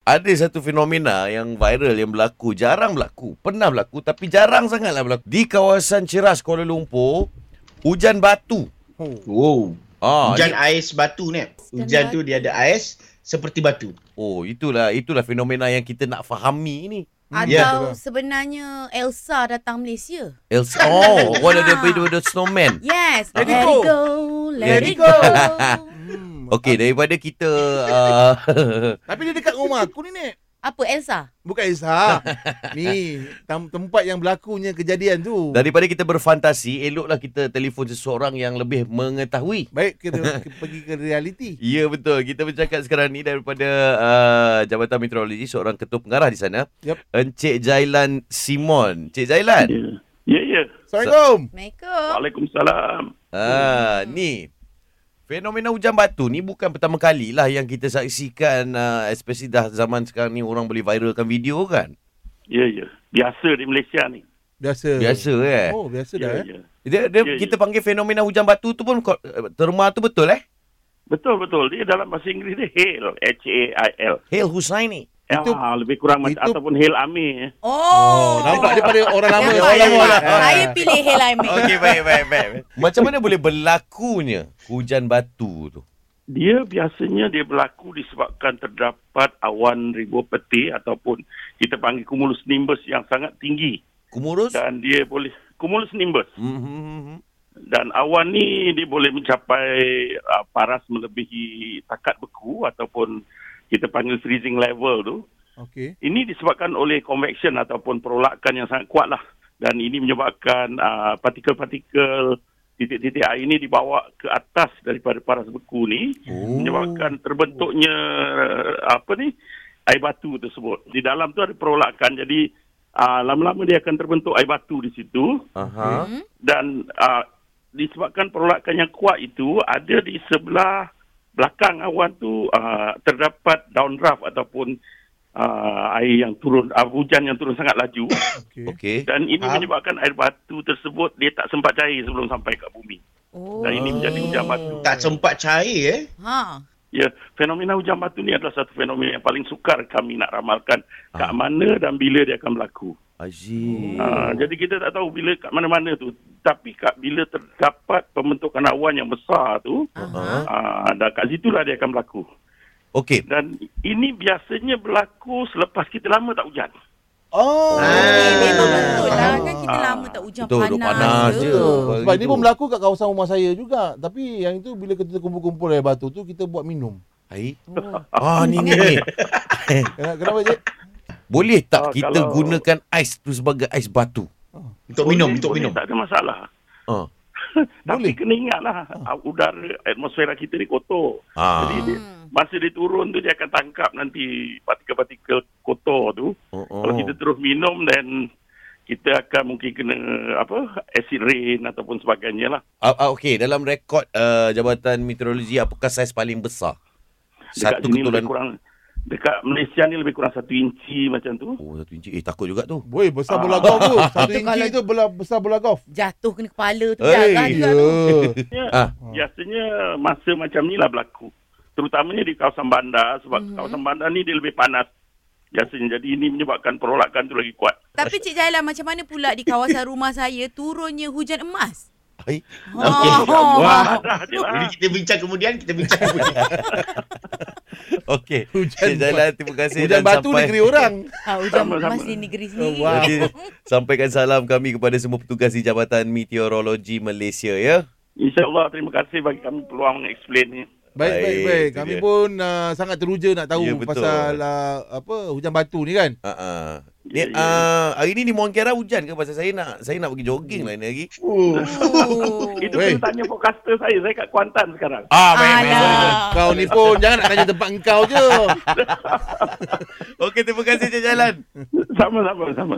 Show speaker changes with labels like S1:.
S1: ada satu fenomena yang viral yang berlaku, jarang berlaku, pernah berlaku tapi jarang sangatlah berlaku. Di kawasan Ceras Kuala Lumpur, hujan batu.
S2: Oh.
S3: Hmm,
S4: Wow.
S1: Ah,
S4: Hujan ais batu ni. Hujan tu dia ada ais seperti batu.
S1: Oh, itulah itulah fenomena yang kita nak fahami ni.
S3: Hmm. Atau
S4: Ya,
S3: yeah, sebenarnya Elsa datang Malaysia.
S1: Elsa, oh, one of the, the, the snowman.
S3: Yes,
S2: Let
S3: let,
S2: it
S3: it
S2: go.
S3: go, let,
S1: Let
S3: it
S1: it
S3: go.
S2: Hmm.
S1: Okey, daripada kita uh,
S2: Tapi dia dekat rumah aku ni, Nek.
S3: Apa Elsa?
S2: Bukan Izhar. ni, tem- tempat yang berlakunya kejadian tu.
S1: daripada kita berfantasi, eloklah kita telefon seseorang yang lebih mengetahui.
S2: Baik, kita ke- pergi ke realiti.
S1: Ya betul. Kita bercakap sekarang ni daripada uh, Jabatan Meteorologi seorang ketua pengarah di sana.
S2: Yep.
S1: Encik Jailan Simon. Encik Jailan.
S5: Ya, ya. ya.
S2: Assalamualaikum.
S3: Assalamualaikum.
S5: Waalaikumsalam.
S1: Ah ni fenomena hujan batu ni bukan pertama kali lah yang kita saksikan uh, especially dah zaman sekarang ni orang boleh viralkan video kan.
S5: Ya, ya. Biasa di Malaysia ni.
S2: Biasa.
S1: Biasa eh.
S2: Oh, biasa dah.
S5: Ya,
S2: eh.
S5: ya.
S1: Dia, dia
S5: Ya, ya.
S1: kita panggil fenomena hujan batu tu pun ko- terma tu betul eh?
S5: Betul, betul. Dia dalam bahasa Inggeris dia hail. H-A-I-L.
S1: Hail Husaini.
S2: Itu-
S5: Itu, ah, lebih kurang
S2: itu-
S5: macam ataupun hail amir. eh.
S3: Oh,
S2: Oh, nampak daripada orang lama.
S3: Nampak,
S2: Orang lama.
S3: nampak.
S2: lah.
S3: Saya pilih Helami.
S1: Okey baik baik baik. Macam mana boleh berlakunya hujan batu tu?
S5: Dia biasanya dia berlaku disebabkan terdapat awan ribuan peti ataupun kita panggil cumulus nimbus yang sangat tinggi
S1: Kumurus?
S5: dan dia boleh cumulus nimbus
S2: Hmm.
S1: Mhm.
S5: dan awan ni dia boleh mencapai uh, paras melebihi takat beku ataupun kita panggil freezing level tu
S2: Okey.
S5: Ini disebabkan oleh convection ataupun perolakan yang sangat kuat lah. Dan ini menyebabkan uh, partikel-partikel titik-titik air ini dibawa ke atas daripada paras beku ni.
S1: Oh.
S5: Menyebabkan terbentuknya uh, apa ni air batu tersebut. Di dalam tu ada perolakan jadi uh, lama-lama dia akan terbentuk air batu di situ.
S1: Aha.
S3: Hmm?
S5: Dan uh, disebabkan perolakan yang kuat itu ada di sebelah belakang awan tu uh, terdapat downdraft ataupun uh, air yang turun uh, hujan yang turun sangat laju
S2: Okey.
S1: Okey.
S5: dan ini
S2: Faham.
S5: menyebabkan air batu tersebut dia tak sempat cair sebelum sampai ke bumi.
S3: Oh.
S5: Dan ini menjadi hujan batu.
S4: Tak sempat cair eh.
S3: Ha.
S5: Ya, fenomena hujan batu ni adalah satu fenomena yang paling sukar kami nak ramalkan
S1: Ah.
S5: kat mana dan bila dia akan berlaku.
S1: Aziz.
S5: Uh, jadi kita tak tahu bila kat mana-mana tu. Tapi kat bila terdapat pembentukan awan yang besar tu,
S3: Aha.
S5: uh, dan kat situlah dia akan berlaku.
S1: Okey.
S5: Dan ini biasanya berlaku selepas kita lama tak hujan.
S2: Oh.
S3: Eh, memang
S4: Ah.
S3: betul lah. Kan kita
S5: Ah.
S3: lama tak hujan
S1: Betul, duk
S3: panas,
S1: panas je.
S2: Sebab
S1: Pagi
S2: ini
S1: tu.
S2: pun berlaku kat kawasan rumah saya juga. Tapi yang itu bila kita kumpul-kumpul air batu tu, kita buat minum.
S1: Hai.
S3: Oh.
S1: Ah ni ni ni.
S2: Kenapa, kenapa Cik?
S1: Boleh
S5: Ah,
S1: tak kita
S5: kalau-
S1: gunakan ais tu sebagai ais batu?
S4: Untuk
S1: Oh,
S4: minum, untuk
S5: boleh,
S4: minum.
S5: Tak ada masalah.
S1: Ah.
S5: Tapi
S2: Boleh.
S5: kena ingatlah, uh, udara, atmosfera kita ni kotor. Jadi
S1: Ah.
S5: dia, masa dia turun tu, dia akan tangkap nanti partikel-partikel kotor tu.
S1: Oh, oh.
S5: Kalau kita terus minum dan kita akan mungkin kena apa acid rain ataupun sebagainya lah.
S1: Ah, ah, Okey, dalam rekod uh, Jabatan Meteorologi apakah saiz paling besar?
S5: Dekat
S1: Satu
S5: sini lebih
S1: ketulan.
S5: kurang, dekat Malaysia ni lebih kurang satu inci macam tu.
S1: Oh, satu inci. Eh, takut juga tu.
S2: Woi, besar bola
S5: Ah.
S2: golf tu. Satu
S3: Itu
S2: inci
S3: kalau-
S2: tu bola, besar bola golf.
S3: Jatuh kan. kena kepala tu
S1: Hey.
S3: berdarah juga
S2: Ya.
S3: tu.
S5: Biasanya,
S1: Ah.
S5: biasanya masa macam ni lah berlaku. Terutamanya di kawasan bandar sebab mm-hmm. kawasan bandar ni dia lebih panas. Biasanya jadi ini menyebabkan perolakan tu lagi kuat.
S3: Tapi Cik Jailan macam mana pula di kawasan rumah saya turunnya hujan emas?
S1: Hai.
S4: Okey.
S3: Oh.
S5: Wah, panas je
S4: Jadi
S5: lah.
S4: kita bincang kemudian, kita bincang kemudian.
S1: Okey.
S2: Hujan
S1: Hujan Jalan, terima kasih
S2: Hujan
S1: dan
S2: batu
S1: sampai
S2: negeri orang.
S3: Ha, hujan
S5: Sama-sama.
S3: emas di negeri sendiri.
S2: Wah.
S1: Okey, sampaikan salam kami kepada semua petugas di Jabatan Meteorologi Malaysia ya.
S5: InsyaAllah terima kasih bagi kami peluang explain ni.
S2: Baik, baik,
S1: Baik,
S2: baik.
S1: itu
S2: Kami
S1: dia.
S2: pun uh, sangat teruja nak tahu
S1: Ya, betul.
S2: pasal uh, apa hujan batu ni kan.
S1: Ha ah. Ni
S5: Ya, ya.
S1: ah, hari ni di Mongkera hujan ke pasal saya nak saya nak pergi jogging lah ni hari.
S4: Oh.
S3: Oh.
S5: Itu
S2: Weh.
S5: hey. tanya forecaster saya. Saya kat Kuantan sekarang.
S1: Ah,
S3: Alah.
S2: Kau ni pun jangan nak tanya tempat engkau je.
S1: Okey, terima kasih Cik Jalan.
S5: Sama-sama. sama.